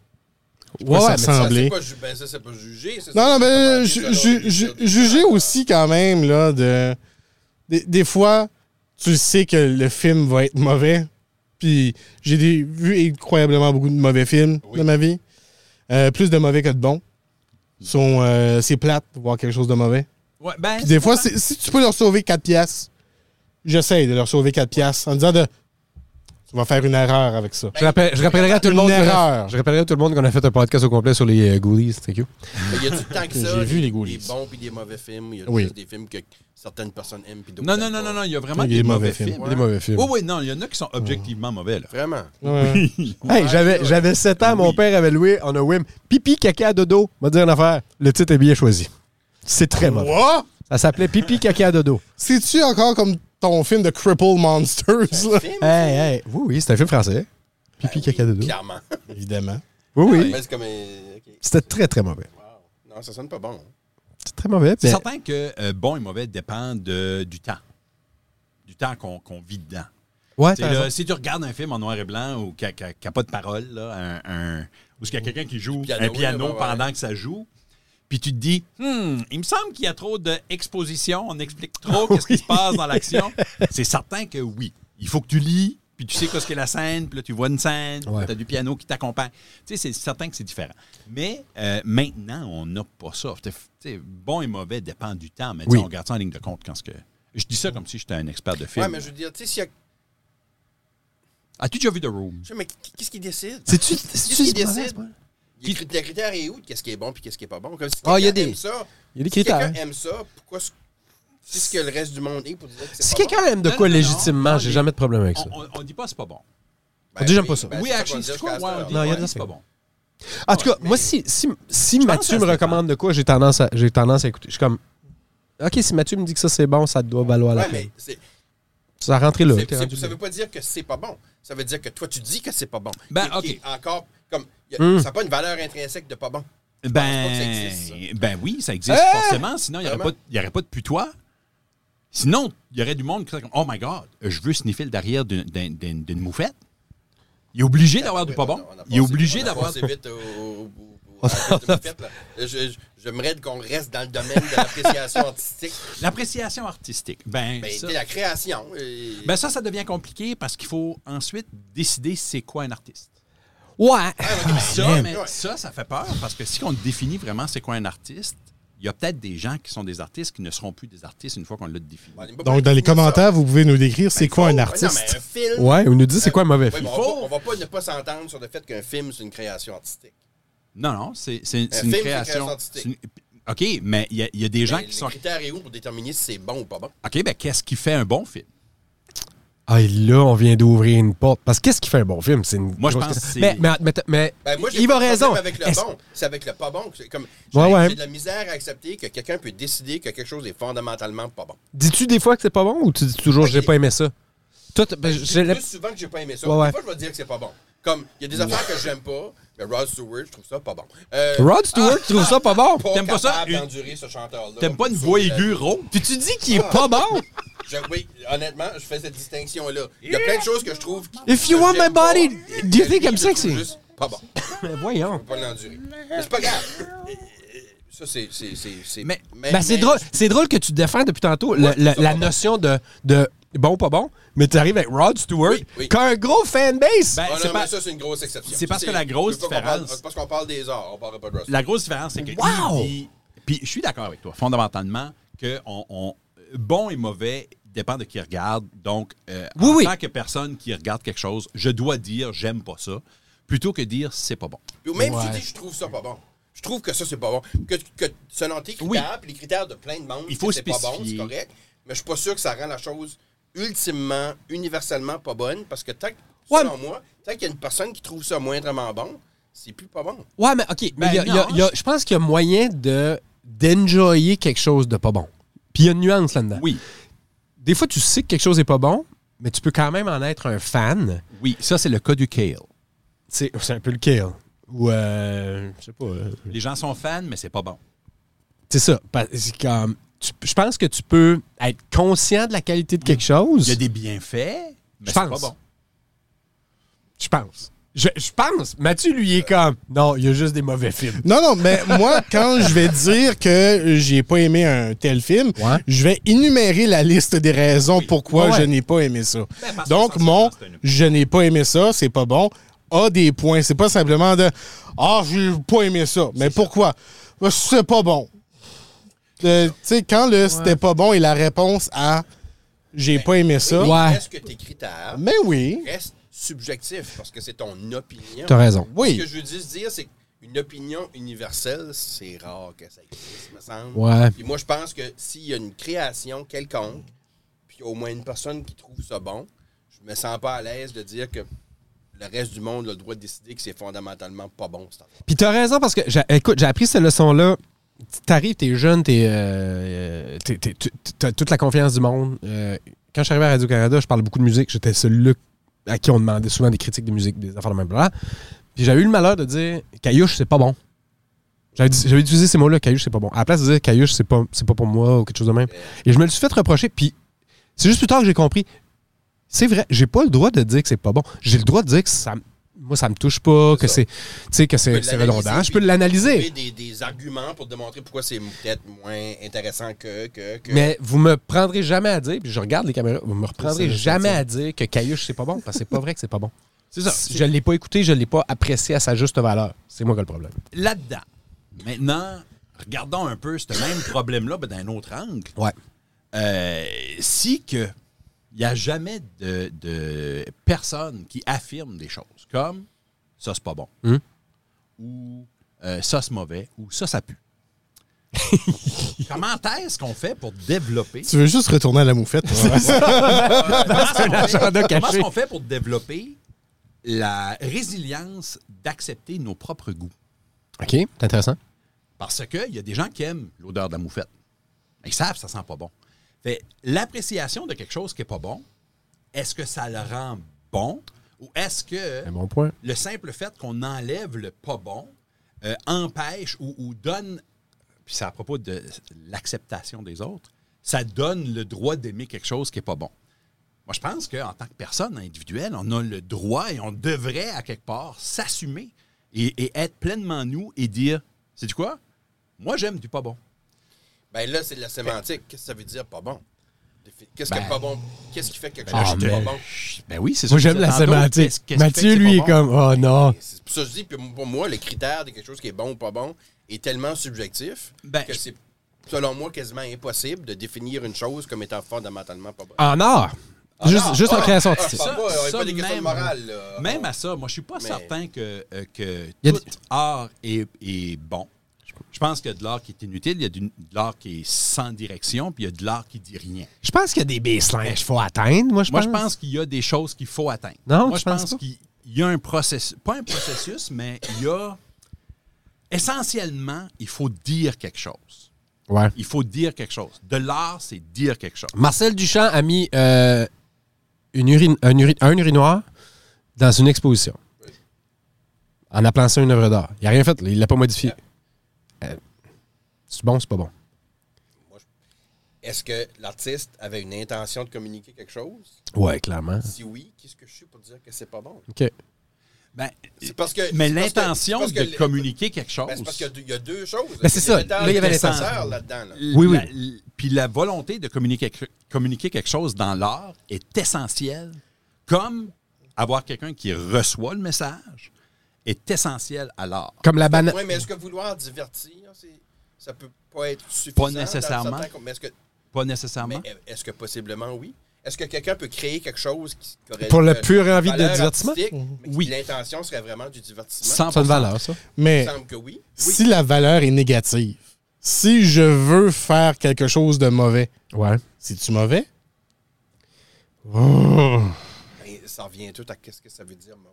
Speaker 2: Ouais,
Speaker 1: ça
Speaker 2: ouais, mais
Speaker 5: ça,
Speaker 1: ressemblait?
Speaker 5: c'est pas, ju- ben, ça, c'est pas jugé. ça,
Speaker 1: Non,
Speaker 5: c'est-
Speaker 1: non, mais ju-
Speaker 5: c'est-
Speaker 1: ju- ju- juger aussi quand même, là, de. Des, des fois, tu sais que le film va être mauvais. Puis j'ai des- vu incroyablement beaucoup de mauvais films de ma vie. Euh, plus de mauvais que de bons. Sont, euh, c'est plate de voir quelque chose de mauvais.
Speaker 4: Ouais, ben,
Speaker 1: Puis des fois, c'est- si tu peux leur sauver 4 piastres, j'essaie de leur sauver 4 piastres en disant de. Tu vas faire une erreur avec ça.
Speaker 2: Je, rappelle- je rappellerai à tout le
Speaker 1: Une
Speaker 2: monde. qu'on a-
Speaker 1: erreur.
Speaker 2: Je rappellerai à tout le monde qu'on a fait un podcast au complet sur les euh, goodies. Thank you.
Speaker 5: Mais il y a du temps que ça.
Speaker 1: J'ai vu les
Speaker 5: Des
Speaker 1: Ghoulies.
Speaker 5: bons puis des mauvais films. Il y a
Speaker 1: Oui.
Speaker 5: juste des films que certaines personnes aiment puis d'autres.
Speaker 4: Non, non,
Speaker 5: aiment
Speaker 4: non, non,
Speaker 5: pas.
Speaker 4: non, il y a vraiment
Speaker 1: Il y
Speaker 4: des,
Speaker 1: a des
Speaker 4: mauvais,
Speaker 1: mauvais
Speaker 4: films. Oh,
Speaker 1: films. Ben,
Speaker 2: C'est Des mauvais films.
Speaker 4: Oui, oui, non, il y en a qui sont objectivement mauvais, là.
Speaker 5: Vraiment.
Speaker 1: Ouais.
Speaker 2: Hey, j'avais, j'avais 7 ans, mon
Speaker 4: Oui.
Speaker 2: père avait loué en a whim. Pipi, caca, dodo. On va dire une affaire. Le titre est bien choisi. C'est très mauvais.
Speaker 1: What?
Speaker 2: Ça s'appelait Pipi, caca, dodo.
Speaker 1: C'est-tu encore comme ton film de Cripple Monsters, là?
Speaker 5: Film,
Speaker 2: Hey, hey. Oui, oui, c'est un film français. Pipi, caca, dodo.
Speaker 5: clairement.
Speaker 1: Évidemment.
Speaker 2: Oui, oui.
Speaker 5: Mais c'est comme. euh, ok.
Speaker 2: C'était très, très mauvais.
Speaker 5: Wow. Non, ça sonne pas bon.
Speaker 2: C'est très mauvais.
Speaker 4: C'est
Speaker 2: mais-
Speaker 4: certain que euh, bon et mauvais dépendent de- du temps. Du temps qu'on qu'on vit dedans.
Speaker 2: Ouais,
Speaker 4: Tu
Speaker 2: t'as
Speaker 4: sais, là,
Speaker 2: raison.
Speaker 4: si tu regardes un film en noir et blanc ou qui n'a pas de parole, là, un- un- ou qu'il y a quelqu'un qui joue
Speaker 5: piano,
Speaker 4: un piano
Speaker 5: là, ouais, ouais.
Speaker 4: pendant que ça joue, puis tu te dis, Hmm, il me semble qu'il y a trop d'exposition, on explique trop qu'est-ce qui se passe dans l'action. C'est certain que oui. Il faut que tu lis, puis tu sais qu'est-ce que la scène, puis là, tu vois une scène,
Speaker 2: Ouais.
Speaker 4: tu as du piano qui t'accompagne. Tu sais, c'est certain que c'est différent. Mais euh, maintenant, on n'a pas ça. Tu sais, bon et mauvais dépend du temps, mais tu sais,
Speaker 2: Oui.
Speaker 4: on garde ça en ligne de compte quand ce que. Je dis ça comme si j'étais un expert de film.
Speaker 5: Ouais, mais je veux dire, tu sais, s'il y a.
Speaker 4: As-tu déjà vu The Room?
Speaker 5: Je sais, mais qu'est-ce qui décide?
Speaker 2: C'est-tu.
Speaker 5: Qu'est-ce
Speaker 2: c'est-tu-
Speaker 5: qui décide?
Speaker 4: Qui-
Speaker 5: Les crit- le critère est où? de Qu'est-ce qui est bon puis qu'est-ce qui est pas bon? Comme si
Speaker 2: Ah, il y a
Speaker 5: quelqu'un
Speaker 2: des-
Speaker 5: aime ça,
Speaker 2: Il y a des
Speaker 5: si
Speaker 2: critères.
Speaker 5: quelqu'un aime ça, pourquoi ce- c'est ce que le reste du monde est pour dire que c'est
Speaker 2: Si
Speaker 5: pas
Speaker 2: quelqu'un aime de
Speaker 4: Non,
Speaker 2: quoi
Speaker 4: non, non,
Speaker 2: légitimement,
Speaker 4: non,
Speaker 2: j'ai
Speaker 4: mais-
Speaker 2: jamais de problème avec ça.
Speaker 4: On, on- on dit pas c'est pas bon.
Speaker 5: bon?
Speaker 2: on dit j'aime pas ça.
Speaker 5: ben, c'est
Speaker 4: oui,
Speaker 5: ça qu'on
Speaker 4: actually,
Speaker 5: dit
Speaker 4: c'est quoi?
Speaker 5: jusqu'à
Speaker 4: Ouais, on
Speaker 5: cette
Speaker 4: dit,
Speaker 2: Non,
Speaker 5: heure.
Speaker 2: il y a
Speaker 4: ouais,
Speaker 2: de la-
Speaker 4: c'est pas bon.
Speaker 2: En tout cas,
Speaker 5: mais-
Speaker 2: moi, si, si, si
Speaker 4: pense
Speaker 2: Mathieu
Speaker 4: que ça
Speaker 2: me
Speaker 4: se
Speaker 2: recommande de quoi, j'ai tendance, à, j'ai tendance à écouter. Je suis comme, OK, si Mathieu me dit que ça, c'est bon, ça doit valoir la
Speaker 5: Ouais,
Speaker 2: peine.
Speaker 5: mais c'est-
Speaker 2: Ça a rentré là.
Speaker 5: c'est-
Speaker 2: t'es
Speaker 5: c'est-
Speaker 2: rendu
Speaker 5: ça
Speaker 2: là.
Speaker 5: veut pas dire que c'est pas bon. Ça veut dire que toi, tu dis que c'est pas bon.
Speaker 4: Ben,
Speaker 5: Qui- qui
Speaker 4: ok.
Speaker 5: est Encore, comme, y a-
Speaker 2: Hmm.
Speaker 5: ça n'a pas une valeur intrinsèque de pas bon.
Speaker 4: Ben,
Speaker 5: pense pas que ça existe,
Speaker 4: ben oui, ça existe forcément. Sinon, il n'y aurait,
Speaker 5: Vraiment?
Speaker 4: pas de- il y aurait pas de putois. Sinon, il y aurait du monde qui serait comme Oh my God, je veux sniffer le derrière d'une- d'une d'une- d'une moufette. Il est obligé d'avoir du pas bon.
Speaker 5: Ben, On a
Speaker 4: Il est
Speaker 5: passé-
Speaker 4: obligé
Speaker 5: on a
Speaker 4: d'avoir.
Speaker 5: passé vite au- au- au- au- à la fête de fête, là. Je- je- J'aimerais qu'on reste dans le domaine de l'appréciation artistique.
Speaker 4: L'appréciation artistique. Ben,
Speaker 5: Ben,
Speaker 4: ça,
Speaker 5: t'es la création. euh,
Speaker 4: ben ça, ça devient compliqué parce qu'il faut ensuite décider c'est quoi un artiste.
Speaker 2: Ouais.
Speaker 4: Ça, mais
Speaker 5: Ah, Ouais.
Speaker 4: ça, ça fait peur parce que si on définit vraiment c'est quoi un artiste, il y a peut-être des gens qui sont des artistes qui ne seront plus des artistes une fois qu'on l'a défini.
Speaker 5: on est pas
Speaker 1: Donc,
Speaker 5: prêt
Speaker 1: dans
Speaker 5: à
Speaker 1: les
Speaker 5: finir ça.
Speaker 1: commentaires, vous pouvez nous décrire c'est
Speaker 5: Ben,
Speaker 1: quoi
Speaker 5: faut-
Speaker 1: un
Speaker 5: ouais, non, mais
Speaker 1: artiste.
Speaker 5: un film.
Speaker 2: Ouais, on nous dit c'est quoi un mauvais
Speaker 5: Ouais,
Speaker 2: film.
Speaker 5: mais on,
Speaker 4: faut-
Speaker 5: va, on va pas ne pas s'entendre sur le fait qu'un film, c'est une création artistique.
Speaker 4: Non, non, c'est
Speaker 2: Euh,
Speaker 4: c'est- c'est
Speaker 5: Un film,
Speaker 4: une
Speaker 5: c'est une
Speaker 4: création.
Speaker 5: création artistique.
Speaker 4: c'est une- OK, mais il y, a- il y a des gens
Speaker 2: Ben,
Speaker 5: Mais
Speaker 4: qui sont.
Speaker 5: Le critère est où pour déterminer si c'est bon ou pas bon?
Speaker 4: OK, ben qu'est-ce qui fait un bon film?
Speaker 2: Oh, Ah, et là, on vient d'ouvrir une porte. Parce que qu'est-ce qui fait un bon film? C'est une
Speaker 4: Moi, je
Speaker 2: grosse
Speaker 4: pense
Speaker 2: question.
Speaker 4: que
Speaker 2: Mais,
Speaker 4: c'est-
Speaker 2: mais, mais, mais
Speaker 5: Ben, moi, j'ai
Speaker 2: il
Speaker 5: pas
Speaker 2: va
Speaker 5: de
Speaker 2: raison.
Speaker 5: problème avec le
Speaker 2: Est-ce-
Speaker 5: bon. C'est avec le pas bon. que c'est Comme, j'ai
Speaker 2: Ouais, ouais.
Speaker 5: j'ai de la misère à accepter que quelqu'un peut décider que quelque chose est fondamentalement pas bon.
Speaker 2: Dis-tu des fois que c'est pas bon ou tu dis toujours j'ai pas aimé ça? Toi, t'as- ben,
Speaker 5: C'est
Speaker 2: j'ai
Speaker 5: plus souvent que j'ai pas aimé ça.
Speaker 2: Ouais, ouais.
Speaker 5: Des fois, je vais dire que c'est pas bon. Comme, il y a des affaires que j'aime pas, mais Rod Stewart, je trouve ça pas bon. Euh,
Speaker 2: Rod Stewart, tu trouves ça pas bon?
Speaker 5: Ah!
Speaker 4: T'aimes pas ça,
Speaker 5: capable
Speaker 4: une-
Speaker 5: d'endurer ce chanteur-là.
Speaker 4: T'aimes pas une voix aiguë rauque?
Speaker 2: Puis tu dis qu'il est pas bon?
Speaker 5: Je- oui, honnêtement, je fais cette distinction-là. Il y a plein de choses que je trouve. qui-
Speaker 2: If you
Speaker 5: que
Speaker 2: want
Speaker 5: j'aime
Speaker 2: my body,
Speaker 5: pas,
Speaker 2: do you think
Speaker 5: que lui,
Speaker 2: I'm
Speaker 5: je trouve
Speaker 2: sexy?
Speaker 5: juste Pas bon.
Speaker 2: Mais voyons.
Speaker 5: Je peux pas l'endurer. Mais c'est pas grave. Ça, c'est. c'est- c'est- c'est-
Speaker 4: Mais-
Speaker 2: Ben, c'est
Speaker 5: mais-
Speaker 2: drôle, c'est drôle que tu défends depuis tantôt le-
Speaker 5: Ouais,
Speaker 2: le-
Speaker 5: ça va
Speaker 2: la
Speaker 5: pas.
Speaker 2: notion de, de bon pas bon, mais tu arrives avec Rod Stewart,
Speaker 5: Oui, oui.
Speaker 2: qui a un gros fanbase.
Speaker 4: Ben,
Speaker 5: Ah non,
Speaker 4: c'est
Speaker 5: mais
Speaker 4: pas-
Speaker 5: ça, c'est une grosse exception.
Speaker 4: c'est parce
Speaker 5: Ça,
Speaker 4: que la grosse
Speaker 5: je veux pas qu'on parle-
Speaker 4: différence-
Speaker 5: C'est parce qu'on parle des arts, on parle pas de Russell.
Speaker 4: La grosse différence, c'est que.
Speaker 2: Wow!
Speaker 4: il dit- Puis je suis d'accord avec toi, fondamentalement, que on, on- bon et mauvais dépend de qui regarde. Donc, euh,
Speaker 2: Oui,
Speaker 4: en
Speaker 2: oui.
Speaker 4: tant que personne qui regarde quelque chose, je dois dire j'aime pas ça, plutôt que dire c'est pas bon.
Speaker 5: Ou même
Speaker 2: Ouais.
Speaker 5: si tu dis, je trouve ça pas bon. Je trouve que ça, c'est pas bon. Que, que selon tes critères,
Speaker 4: Oui.
Speaker 5: puis les critères de plein de monde,
Speaker 4: Il faut
Speaker 5: que c'est pas bon, c'est
Speaker 4: spécifier.
Speaker 5: correct. Mais je suis pas sûr que ça rend la chose ultimement, universellement pas bonne. Parce que, tant, que-
Speaker 2: Ouais,
Speaker 5: selon moi, tant qu'il y a une personne qui trouve ça moindrement bon, c'est plus pas bon.
Speaker 2: Ouais, mais OK. mais
Speaker 4: Ben
Speaker 2: il y a- il y a-
Speaker 4: non.
Speaker 2: il y a- je pense qu'il y a moyen de d'enjoyer quelque chose de pas bon. Puis il y a une nuance là-dedans.
Speaker 4: Oui,
Speaker 2: Des fois, tu sais que quelque chose est pas bon, mais tu peux quand même en être un fan.
Speaker 4: oui, ça, c'est le cas du kale.
Speaker 2: C'est c'est un peu le kill. Ou, euh, je sais pas. euh,
Speaker 4: Les gens sont fans, mais c'est pas bon.
Speaker 2: c'est ça. Parce que c'est comme, tu- je pense que tu peux être conscient de la qualité de quelque chose.
Speaker 4: Il y a des bienfaits, mais
Speaker 2: Je
Speaker 4: c'est pas
Speaker 2: pense.
Speaker 4: bon.
Speaker 2: Je pense. Je, je pense. Mathieu, lui, il est comme. Non, il y a juste des mauvais films.
Speaker 1: Non, non, mais moi, quand je vais dire que j'ai pas aimé un tel film,
Speaker 2: Ouais.
Speaker 1: je vais énumérer la liste des raisons pourquoi
Speaker 2: Ouais.
Speaker 1: je n'ai pas aimé ça.
Speaker 4: Ben, parce que
Speaker 1: Donc,
Speaker 4: ça, ça
Speaker 1: mon
Speaker 4: reste une-
Speaker 1: je n'ai pas aimé ça, c'est pas bon, a des points. C'est pas simplement de Ah, j'ai pas aimé ça. Mais pourquoi? Bah, C'est pas bon. Euh, tu sais, quand le c'était pas bon et la réponse à j'ai pas aimé ça,
Speaker 4: Ben,
Speaker 2: Ouais.
Speaker 5: Est-ce que tes critères
Speaker 1: mais oui.
Speaker 5: restent subjectif parce que c'est ton opinion.
Speaker 2: T'as raison.
Speaker 5: Ce que
Speaker 1: Oui.
Speaker 5: je veux juste dire, c'est qu'une opinion universelle, c'est rare que ça existe, me semble.
Speaker 2: Ouais.
Speaker 5: Puis moi, je pense que s'il y a une création quelconque, puis au moins une personne qui trouve ça bon, je me sens pas à l'aise de dire que le reste du monde a le droit de décider que c'est fondamentalement pas bon. cette affaire.
Speaker 2: Puis t'as raison parce que, j'ai- écoute, j'ai appris cette leçon-là. T'arrives, t'es jeune, t'es, euh, t'es- t'es- tu- t'as toute la confiance du monde. Euh, quand je suis arrivé à Radio-Canada, je parle beaucoup de musique. J'étais celui à qui on demandait souvent des critiques de musique, des affaires de même blablabla. Puis j'avais eu le malheur de dire « Caillouche, c'est pas bon ». J'avais dit- j'avais utilisé ces mots-là, Caillouche, c'est pas bon. À la place de dire Caillouche, c'est pas, c'est pas pour moi ou quelque chose de même. Et je me le suis fait reprocher. Puis c'est juste plus tard que j'ai compris. C'est vrai, j'ai pas le droit de dire que c'est pas bon. J'ai le droit de dire que ça, m- moi, ça me touche pas, que
Speaker 5: ça.
Speaker 2: c'est, tu sais, que
Speaker 5: Tu
Speaker 2: c'est
Speaker 5: peux
Speaker 2: c'est
Speaker 5: l'analyser,
Speaker 2: redondant. Je
Speaker 5: puis
Speaker 2: peux l'analyser.
Speaker 5: trouver Des, des arguments pour démontrer pourquoi c'est peut-être moins intéressant que. que, que-
Speaker 2: Mais vous me prendrez jamais à dire, puis je regarde les caméras, vous me
Speaker 1: C'est
Speaker 2: reprendrez
Speaker 1: ça, c'est
Speaker 2: jamais
Speaker 1: ça.
Speaker 2: à dire que Caillouche, c'est pas bon, parce que c'est pas vrai que c'est pas bon.
Speaker 4: C'est ça.
Speaker 2: Je l'ai pas écouté, je l'ai pas apprécié à sa juste valeur. C'est moi qui ai le problème.
Speaker 4: Là-dedans, maintenant, regardons un peu ce même problème-là mais d'un autre angle.
Speaker 2: Ouais.
Speaker 4: Euh, si que il n'y a jamais de, de personne qui affirme des choses comme ça c'est pas bon
Speaker 2: Hum.
Speaker 4: ou euh, ça c'est mauvais ou ça ça pue. Comment est-ce qu'on fait pour développer
Speaker 1: Tu veux juste retourner à la moufette.
Speaker 4: Comment est-ce qu'on fait-
Speaker 2: agenda
Speaker 4: comment
Speaker 2: caché.
Speaker 4: est-ce qu'on fait pour développer la résilience d'accepter nos propres goûts?
Speaker 2: OK, c'est intéressant.
Speaker 4: Parce qu'il y a des gens qui aiment l'odeur de la moufette. Ils savent que ça sent pas bon. Fait l'appréciation de quelque chose qui est pas bon, est-ce que ça le rend bon ou est-ce que
Speaker 2: Un bon point.
Speaker 4: le simple fait qu'on enlève le pas bon euh, empêche ou, ou donne, puis c'est à propos de l'acceptation des autres, ça donne le droit d'aimer quelque chose qui est pas bon. Moi, je pense qu'en tant que personne individuelle, on a le droit et on devrait, à quelque part, s'assumer et, et être pleinement nous et dire c'est du quoi Moi, j'aime du pas bon.
Speaker 5: Ben là, c'est de la sémantique. Qu'est-ce que ça veut dire pas bon? Qu'est-ce que
Speaker 4: Ben-
Speaker 5: pas bon? Qu'est-ce qui fait que quelque
Speaker 4: Ben là,
Speaker 5: chose
Speaker 4: je
Speaker 5: est pas
Speaker 4: te-
Speaker 5: bon?
Speaker 4: Ben oui, c'est ça.
Speaker 2: Moi,
Speaker 4: que
Speaker 2: j'aime
Speaker 4: je
Speaker 2: la
Speaker 4: disais tantôt. Qu'est-ce-
Speaker 2: sémantique.
Speaker 4: qu'est-ce qui fait
Speaker 2: Mathieu,
Speaker 4: que
Speaker 2: lui,
Speaker 4: c'est
Speaker 2: est
Speaker 4: pas bon?
Speaker 2: comme Oh non.
Speaker 5: C'est pour ça que je dis, puis pour moi, le critère de quelque chose qui est bon ou pas bon est tellement subjectif
Speaker 4: Ben,
Speaker 5: que
Speaker 4: je-
Speaker 5: c'est, selon moi, quasiment impossible de définir une chose comme étant fondamentalement pas bonne.
Speaker 2: En art. Juste, juste en
Speaker 5: ah,
Speaker 2: création
Speaker 5: ah,
Speaker 2: artistique.
Speaker 5: ça, moi, on est pas des questions de
Speaker 4: même-
Speaker 5: morale, là.
Speaker 4: Même
Speaker 5: On-
Speaker 4: à ça, moi, je suis pas
Speaker 5: Mais-
Speaker 4: certain que, euh, que
Speaker 2: Y a
Speaker 4: tout
Speaker 2: des-
Speaker 4: art est, est bon. Je pense qu'il y a de l'art qui est inutile, il y a du- de l'art qui est sans direction, puis il y a de l'art qui dit rien.
Speaker 2: Je pense qu'il y a des baselines qu'il faut atteindre, moi, je
Speaker 4: Moi,
Speaker 2: pense.
Speaker 4: je pense qu'il y a des choses qu'il faut atteindre.
Speaker 2: Non,
Speaker 4: Moi,
Speaker 2: tu
Speaker 4: je
Speaker 2: penses
Speaker 4: pense
Speaker 2: pas?
Speaker 4: qu'il y a un processus, pas un processus, mais il y a essentiellement, il faut dire quelque chose.
Speaker 2: Ouais.
Speaker 4: Il faut dire quelque chose. De l'art, c'est dire quelque chose.
Speaker 2: Marcel Duchamp a mis euh, une urine, un, uri- un urinoir dans une exposition. En appelant ça une œuvre d'art. Il n'a rien fait, là. il l'a pas modifié. Euh, c'est bon, c'est pas bon.
Speaker 5: Est-ce que l'artiste avait une intention de communiquer quelque chose?
Speaker 2: Ouais, clairement.
Speaker 5: Si oui, qu'est-ce que je suis pour dire que c'est pas bon?
Speaker 2: OK.
Speaker 4: Ben,
Speaker 5: C'est parce que-
Speaker 4: mais
Speaker 5: c'est parce que- c'est
Speaker 4: l'intention
Speaker 5: parce que
Speaker 4: de
Speaker 5: le-
Speaker 4: communiquer quelque chose.
Speaker 5: Ben, c'est parce qu'il y a deux- il y, a deux choses.
Speaker 2: Ben, c'est ça. Là, il y avait
Speaker 5: l'intention.
Speaker 2: l'intention.
Speaker 5: là-dedans. là.
Speaker 2: Oui, oui.
Speaker 4: Euh, La- l- Puis la volonté de communiquer, communiquer quelque chose dans l'art est essentielle, comme avoir quelqu'un qui reçoit le message est essentiel à l'art.
Speaker 2: Comme la banane.
Speaker 5: Oui, mais est-ce que vouloir divertir, c'est, ça peut pas être suffisant? dans
Speaker 4: nécessairement.
Speaker 5: certains com- mais est-ce que,
Speaker 4: Pas
Speaker 5: mais
Speaker 4: nécessairement.
Speaker 5: est-ce que possiblement oui? Est-ce que quelqu'un peut créer quelque chose qui qui aurait
Speaker 2: Pour
Speaker 5: une
Speaker 2: la pure envie de
Speaker 5: valeur
Speaker 2: divertissement? Mhm.
Speaker 5: artistique, mais que
Speaker 4: Oui.
Speaker 5: L'intention serait vraiment du divertissement.
Speaker 4: 100%.
Speaker 2: C'est une valeur, ça.
Speaker 5: Il
Speaker 1: Mais
Speaker 5: me semble que oui.
Speaker 1: si la valeur est négative, si je veux faire quelque chose de mauvais,
Speaker 2: Ouais.
Speaker 1: c'est-tu mauvais?
Speaker 5: Mais ça revient tout à qu'est-ce que ça veut dire mauvais.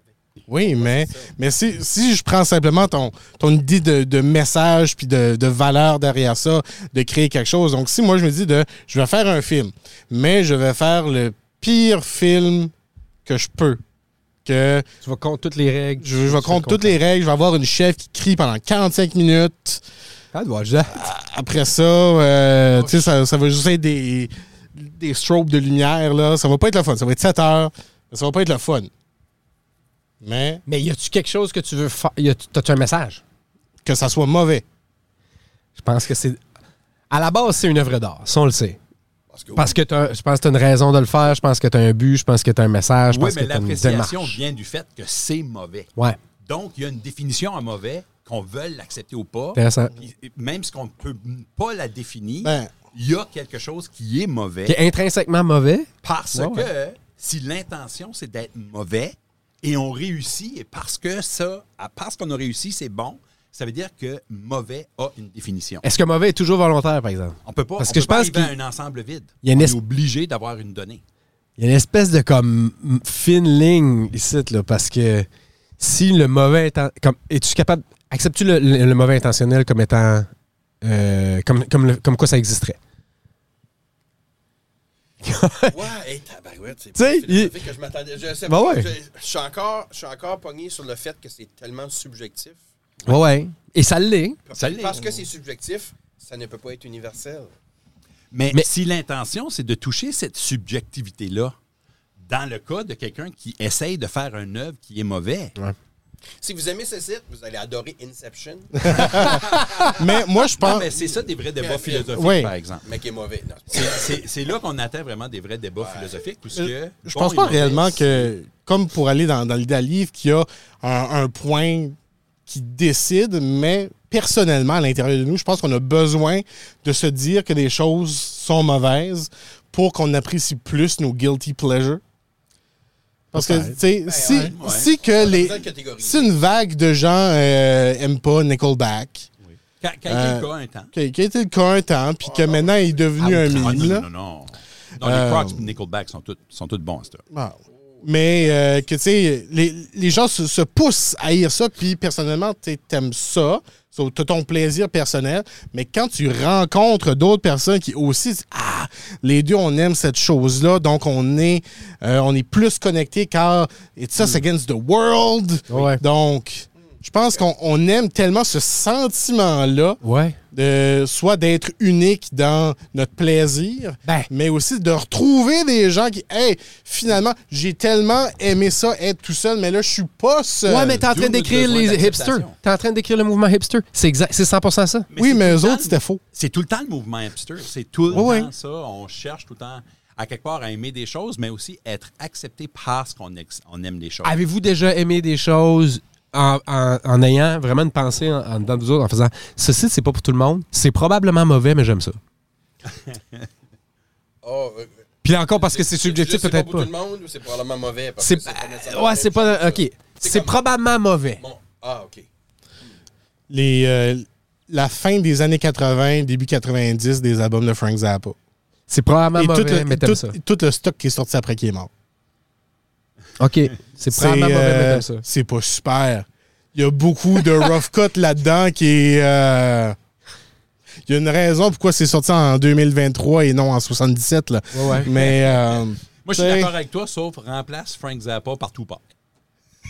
Speaker 1: Oui, mais, mais si, si je prends simplement ton, ton idée de, de message puis de, de valeur derrière ça, de créer quelque chose. Donc, si moi je me dis de je vais faire un film, mais je vais faire le pire film que je peux, que
Speaker 2: Tu vas contre toutes les règles.
Speaker 1: je, je vais contre toutes les règles, je vais avoir une chef qui crie pendant 45 minutes.
Speaker 2: Ah, doit, je...
Speaker 1: Après ça, euh, tu sais, ça, ça va juste être des, des strobes de lumière, là. Ça va pas être le fun. Ça va être 7 heures, mais ça va pas être le fun. Mais
Speaker 2: Mais y a-tu quelque chose que tu veux faire? Y a- T'as-tu un message?
Speaker 1: que ça soit mauvais.
Speaker 2: Je pense que c'est. À la base, c'est une œuvre d'art, ça, on le sait.
Speaker 5: Parce que, oui.
Speaker 2: Parce que t'as- je pense que tu as une raison de le faire, je pense que tu as un but, je pense que tu as un message, je
Speaker 4: Oui,
Speaker 2: pense
Speaker 4: mais
Speaker 2: que tu as une
Speaker 4: l'appréciation
Speaker 2: démarche.
Speaker 4: vient du fait que c'est mauvais.
Speaker 2: Ouais,
Speaker 4: Donc, il y a une définition à mauvais, qu'on veuille l'accepter ou pas.
Speaker 2: intéressant.
Speaker 4: Puis, Même si on ne peut pas la définir,
Speaker 1: Ben.
Speaker 4: il y a quelque chose qui est mauvais.
Speaker 2: Qui est intrinsèquement mauvais.
Speaker 4: Parce
Speaker 2: Ouais,
Speaker 4: que si l'intention, c'est d'être mauvais, et on réussit. Et parce que ça, à- parce qu'on a réussi, c'est bon, ça veut dire que mauvais a une définition.
Speaker 2: Est-ce que mauvais est toujours volontaire, par exemple?
Speaker 4: On peut pas,
Speaker 2: Parce
Speaker 4: on
Speaker 2: que
Speaker 4: peut
Speaker 2: je
Speaker 4: pas
Speaker 2: pense
Speaker 4: arriver à
Speaker 2: qu'il-
Speaker 4: un ensemble vide.
Speaker 2: il y a une
Speaker 4: on
Speaker 2: es-
Speaker 4: est obligé d'avoir une donnée.
Speaker 2: Il y a une espèce de comme m- fine ligne ici, là, parce que si le mauvais inten- comme es-tu capable acceptes-tu le, le- le mauvais intentionnel comme étant euh, comme, comme, le- comme quoi ça existerait?
Speaker 5: Ouais, hey, tabarouette, c'est
Speaker 2: Tu sais,
Speaker 5: pas philosophique
Speaker 2: il-
Speaker 5: que je m'attendais. Je sais
Speaker 2: Ben
Speaker 5: pas,
Speaker 2: ouais.
Speaker 5: je, je suis encore, je suis encore pogné sur le fait que c'est tellement subjectif.
Speaker 2: Ouais, ouais. Et ça l'est.
Speaker 4: Ça l'est.
Speaker 5: Parce que c'est subjectif, ça ne peut pas être universel.
Speaker 4: Mais,
Speaker 2: Mais-
Speaker 4: si l'intention, c'est de toucher cette subjectivité-là, dans le cas de quelqu'un qui essaye de faire un œuvre qui est mauvais,
Speaker 5: Si vous aimez ce site, vous allez adorer Inception,
Speaker 1: Mais moi, je
Speaker 4: non,
Speaker 1: pense.
Speaker 4: Ah, mais c'est ça des vrais débats
Speaker 5: Mais-
Speaker 4: philosophiques,
Speaker 1: Oui.
Speaker 4: par exemple.
Speaker 5: mais qui est mauvais. Non, c'est pas
Speaker 4: C'est- C'est c'est là qu'on atteint vraiment des vrais débats philosophiques. Parce que,
Speaker 1: Je
Speaker 4: bon
Speaker 1: pense
Speaker 4: et
Speaker 1: pas
Speaker 4: mauvais,
Speaker 1: réellement que, comme pour aller dans, dans l'idée à livre, qu'il y a un, un point qui décide, mais personnellement, à l'intérieur de nous, je pense qu'on a besoin de se dire que des choses sont mauvaises pour qu'on apprécie plus nos guilty pleasures. Parce que, tu sais, si,
Speaker 5: Ben, ouais.
Speaker 1: si que les.
Speaker 5: une catégorie.
Speaker 1: Si une vague de gens euh, aiment pas Nickelback,
Speaker 4: Quand, quand
Speaker 1: Euh,
Speaker 4: il y a un cas, un temps.
Speaker 1: qui, qui a été le cas un temps, puis que maintenant il est devenu un
Speaker 4: Ah,
Speaker 1: mime,
Speaker 4: non,
Speaker 1: là.
Speaker 4: non, non, non. Non,
Speaker 1: Euh,
Speaker 4: les Crocs et Nickelback sont tous sont toutes bons à cette heure.
Speaker 1: Bon. Mais euh, que, tu sais, les, les gens se, se poussent à haïr ça, puis personnellement, tu sais, t'aimes ça, tu ton plaisir personnel, mais quand tu rencontres d'autres personnes qui aussi disent, Ah, les deux, on aime cette chose-là, donc on est, euh, on est plus connectés car it's us against the world.
Speaker 2: Ouais.
Speaker 1: Donc, je pense qu'on on aime tellement ce sentiment-là,
Speaker 2: Ouais.
Speaker 1: de, soit d'être unique dans notre plaisir,
Speaker 2: Ben.
Speaker 1: mais aussi de retrouver des gens qui, hey, finalement, j'ai tellement aimé ça, être tout seul, mais là, je suis pas seul.
Speaker 2: Ouais, mais t'es en
Speaker 4: D'où
Speaker 2: train
Speaker 4: notre
Speaker 2: d'écrire
Speaker 4: besoin
Speaker 2: les
Speaker 4: d'acceptation.
Speaker 2: hipsters. T'es en train d'écrire le mouvement hipster. C'est exact, c'est 100% ça.
Speaker 1: oui,
Speaker 4: c'est
Speaker 1: mais
Speaker 4: tout
Speaker 1: eux
Speaker 4: le
Speaker 1: autres,
Speaker 4: temps-
Speaker 1: c'était faux.
Speaker 4: C'est tout le temps le mouvement hipster. C'est tout le
Speaker 1: Ouais,
Speaker 4: temps
Speaker 1: ouais.
Speaker 4: ça. On cherche tout le temps, à quelque part, à aimer des choses, mais aussi être accepté parce qu'on ex- on aime les choses.
Speaker 2: Avez-vous déjà aimé des choses en, en- en ayant vraiment une pensée en, en dedans de vous autres, en faisant ceci, c'est pas pour tout le monde, c'est probablement mauvais, mais j'aime ça.
Speaker 5: Oh, euh,
Speaker 2: Puis là encore parce que c'est
Speaker 5: juste,
Speaker 2: subjectif,
Speaker 5: c'est
Speaker 2: peut-être
Speaker 5: pour
Speaker 2: pas.
Speaker 5: tout le monde ou c'est probablement mauvais. parce
Speaker 2: C'est
Speaker 5: que pas nécessairement
Speaker 2: ouais,
Speaker 5: la
Speaker 2: c'est
Speaker 5: même
Speaker 2: pas
Speaker 5: chose,
Speaker 2: OK.
Speaker 5: C'est
Speaker 2: C'est
Speaker 5: comme-
Speaker 2: probablement mauvais.
Speaker 5: Bon, ah, OK.
Speaker 1: Les, euh, la fin des années 80, début 90 des albums de Frank Zappa.
Speaker 2: C'est probablement
Speaker 1: Et tout
Speaker 2: mauvais,
Speaker 1: le,
Speaker 2: mais t'aimes
Speaker 1: tout-
Speaker 2: ça.
Speaker 1: tout le stock qui est sorti après qui est mort.
Speaker 2: OK. C'est
Speaker 1: C'est
Speaker 2: probablement mauvais, mais
Speaker 1: euh,
Speaker 2: t'aimes ça.
Speaker 1: c'est pas super. Il y a beaucoup de rough cut là-dedans qui est. euh, Il y a une raison pourquoi c'est sorti en 2023 et non en 77. Là.
Speaker 2: Ouais, ouais.
Speaker 1: Mais. euh,
Speaker 4: Moi, je suis
Speaker 1: t'sais,
Speaker 4: d'accord avec toi, sauf remplace Frank Zappa partout pas.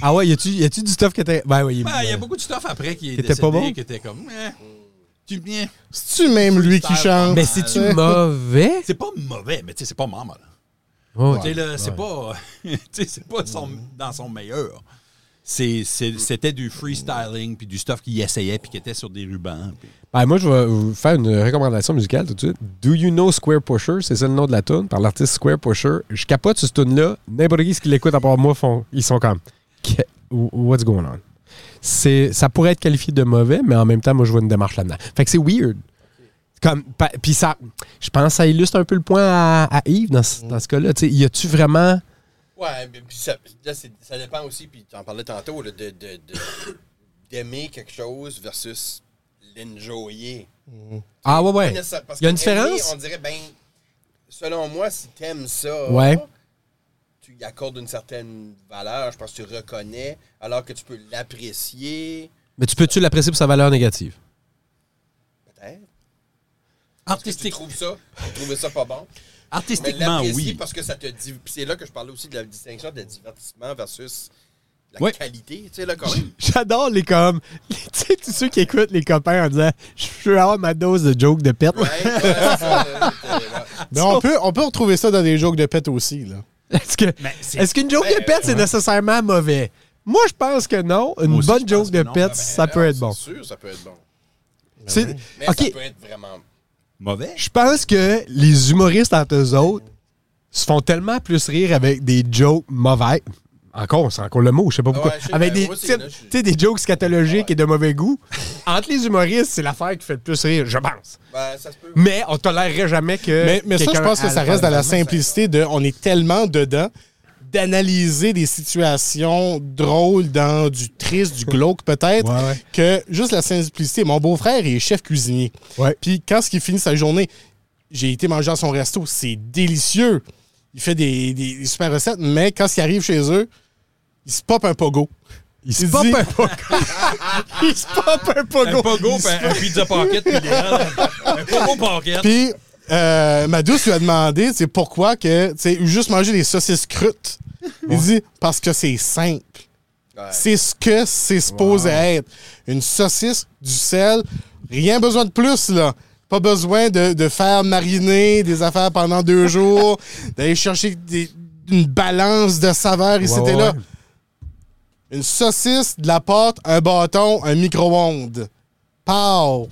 Speaker 2: Ah ouais, y a-tu y a-tu du stuff que t'as. Ben oui, il est-
Speaker 4: Ben, Il y a beaucoup de stuff après qui est
Speaker 2: Qui était
Speaker 4: décédé,
Speaker 2: pas bon?
Speaker 4: qui était comme... Eh, tu viens.
Speaker 1: C'est-tu même lui qui chante?
Speaker 2: Mais c'est-tu
Speaker 1: Ouais.
Speaker 2: mauvais?
Speaker 4: C'est pas mauvais, mais tu sais, c'est pas maman. là.
Speaker 2: Ouais, ouais.
Speaker 4: Tu sais, là, c'est pas... tu sais, c'est pas son- dans son meilleur. C'est- c'est- C'était du freestyling, puis du stuff qu'il essayait, puis qui était sur des rubans. puis-
Speaker 2: Ben, moi, je vais vous faire une recommandation musicale tout de suite. Do You Know Square Pusher? C'est ça le nom de la tune par l'artiste Square Pusher. Je capote sur cette tune-là. N'importe qui ce qui l'écoute à part moi, font, ils sont comme Qu- What's going on? C'est, ça pourrait être qualifié de mauvais, mais en même temps, moi, je vois une démarche là-dedans. Fait que c'est weird. Comme, pa- puis ça, je pense que ça illustre un peu le point à, à Yves dans, ce- dans ce cas-là. Tu sais, y a-tu vraiment.
Speaker 5: Ouais, mais puis ça, là, c'est- ça dépend aussi, puis tu en parlais tantôt, là, de, de- de- d'aimer quelque chose versus l'enjoyer.
Speaker 2: Ah ouais, ouais.
Speaker 5: Pas nécessaire- parce
Speaker 2: Il y a une
Speaker 5: que aimer,
Speaker 2: différence?
Speaker 5: On dirait, ben, selon moi, si t'aimes ça,
Speaker 2: Ouais.
Speaker 5: tu y accordes une certaine valeur, je pense que tu reconnais, alors que tu peux l'apprécier,
Speaker 2: Mais tu peux-tu l'apprécier pour sa valeur négative?
Speaker 5: peut-être. Parce que tu
Speaker 4: Artistique-
Speaker 5: trouves ça, tu trouves ça pas bon. Mais
Speaker 4: artistiquement,
Speaker 5: l'apprécier
Speaker 4: oui.
Speaker 5: parce que ça te dit. puis c'est là que je parlais aussi de la distinction de divertissement versus la
Speaker 2: Ouais.
Speaker 5: qualité, tu sais, là, quand même.
Speaker 2: J'adore les comme. les- Tu sais, tous ceux qui écoutent les copains en disant Je veux avoir ma dose de joke de pète.
Speaker 5: Ouais, Ben, ouais, c'est ça, euh, là, c'était- ouais.
Speaker 1: Ben, on, peut, on peut retrouver ça dans des jokes de pète aussi. Là.
Speaker 2: Est-ce que-
Speaker 4: c'est-
Speaker 2: est-ce qu'une joke de pète, c'est nécessairement mauvais? Moi, je pense que non. Une
Speaker 4: aussi,
Speaker 2: bonne
Speaker 4: je
Speaker 2: joke
Speaker 4: pense
Speaker 2: de
Speaker 4: que non.
Speaker 2: pète,
Speaker 5: Ben,
Speaker 2: ça
Speaker 5: non,
Speaker 2: peut être
Speaker 5: c'est
Speaker 2: bon.
Speaker 5: sûr, ça peut être bon.
Speaker 2: C'est-
Speaker 5: Mais ça
Speaker 2: OK,
Speaker 5: peut être vraiment.
Speaker 4: Mauvais?
Speaker 2: je pense que les humoristes entre eux autres se font tellement plus rire avec des jokes mauvais. Encore, on sent encore le mot, je sais pas pourquoi.
Speaker 5: ouais, je sais,
Speaker 2: avec
Speaker 5: ben,
Speaker 2: des,
Speaker 5: moi aussi,
Speaker 2: tu sais,
Speaker 5: là, je-
Speaker 2: tu sais, des jokes scatologiques et de mauvais goût. Entre les humoristes, c'est l'affaire qui fait le plus rire, je pense.
Speaker 5: Ben, ça se peut.
Speaker 2: Mais on tolérerait jamais que.
Speaker 1: Mais, mais ça, je
Speaker 2: quelqu'un
Speaker 1: pense que
Speaker 2: a-
Speaker 1: ça reste dans la simplicité de on est tellement dedans. d'analyser des situations drôles dans du triste, du glauque peut-être,
Speaker 2: Ouais, ouais.
Speaker 1: que juste la simplicité. Mon beau-frère est chef cuisinier.
Speaker 2: Ouais.
Speaker 1: Puis quand il finit sa journée, j'ai été manger à son resto, c'est délicieux. Il fait des, des- des super recettes, mais quand il arrive chez eux, il se pop un pogo. Il se
Speaker 2: pop un
Speaker 1: pogo. il se pop un pogo.
Speaker 4: Un pogo,
Speaker 1: Il se
Speaker 4: puis un, un pizza pocket, puis des un pogo pocket.
Speaker 1: puis euh, ma douce lui a demandé c'est pourquoi que tu sais juste manger des saucisses crutes. Il dit parce que c'est simple.
Speaker 5: Ouais.
Speaker 1: C'est ce que c'est supposé être. Une saucisse, du sel, rien besoin de plus là. Pas besoin de, de faire mariner des affaires pendant deux jours, d'aller chercher des- une balance de saveurs ici
Speaker 2: Ouais,
Speaker 1: et
Speaker 2: ouais,
Speaker 1: là.
Speaker 2: ouais.
Speaker 1: Une saucisse, de la pâte, un bâton, un micro-ondes. Pow!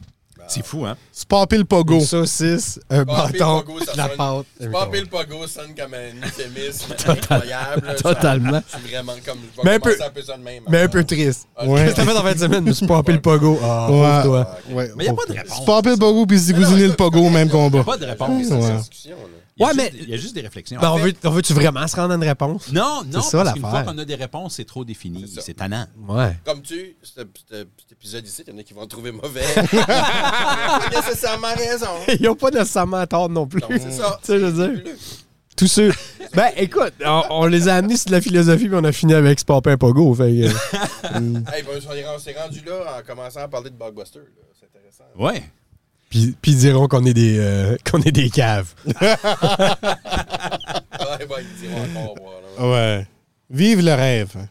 Speaker 4: C'est fou, hein?
Speaker 1: C'est papé le pogo.
Speaker 2: Une saucisse, un
Speaker 5: Popper
Speaker 2: bâton,
Speaker 5: le pogo, ça
Speaker 2: de la
Speaker 5: sonne-
Speaker 2: pâte.
Speaker 5: Popper le pogo sonne comme un euphémisme incroyable. là, ça-
Speaker 2: Totalement.
Speaker 5: Je suis vraiment comme. Je vais
Speaker 2: Mais un
Speaker 5: commencer
Speaker 2: peu-
Speaker 5: un peu ça de même. hein.
Speaker 2: Mais un peu triste.
Speaker 5: Ah,
Speaker 1: Ouais.
Speaker 2: Qu'est-ce que t'as fait en fin de semaine? Je me suis pompé le pogo. Ah, pauvre toi.
Speaker 1: Ouais.
Speaker 4: Mais il n'y a
Speaker 2: oh.
Speaker 4: pas de réponse.
Speaker 1: Tu papais le pogo puis zigouziner le pogo au même combat.
Speaker 4: Pas de réponse.
Speaker 5: Ah, C'est une
Speaker 1: Ouais.
Speaker 5: discussion, là.
Speaker 4: Il y a
Speaker 2: Ouais,
Speaker 4: juste-
Speaker 2: mais-
Speaker 4: Il y a juste des réflexions.
Speaker 2: Ben, on veut- on veut-tu vraiment se rendre à une réponse?
Speaker 4: Non, non,
Speaker 2: C'est ça,
Speaker 4: parce qu'une fois
Speaker 2: l'affaire.
Speaker 4: qu'on a des réponses, c'est trop défini.
Speaker 5: C'est ça.
Speaker 4: C'est tannant.
Speaker 2: Ouais.
Speaker 5: Comme tu, ce- ce- cet épisode ici, il y en a qui vont le trouver mauvais. Ils n'ont pas nécessairement raison.
Speaker 2: Ils ont pas nécessairement tort non plus.
Speaker 5: Non, c'est ça.
Speaker 2: Tu sais, je veux dire. Tous ceux. Ben, écoute, on, on les a amenés sur de la philosophie, puis on a fini avec Spampin Pogo. Fait que-
Speaker 5: Hey, ben, on est- on s'est rendu là en commençant à parler de Blockbuster. là. C'est intéressant.
Speaker 4: Ouais.
Speaker 2: puis, puis ils diront qu'on est, des, euh, qu'on est des caves.
Speaker 5: Ouais, ouais, ils diront encore. ouais, là.
Speaker 1: Ouais. Vive le rêve.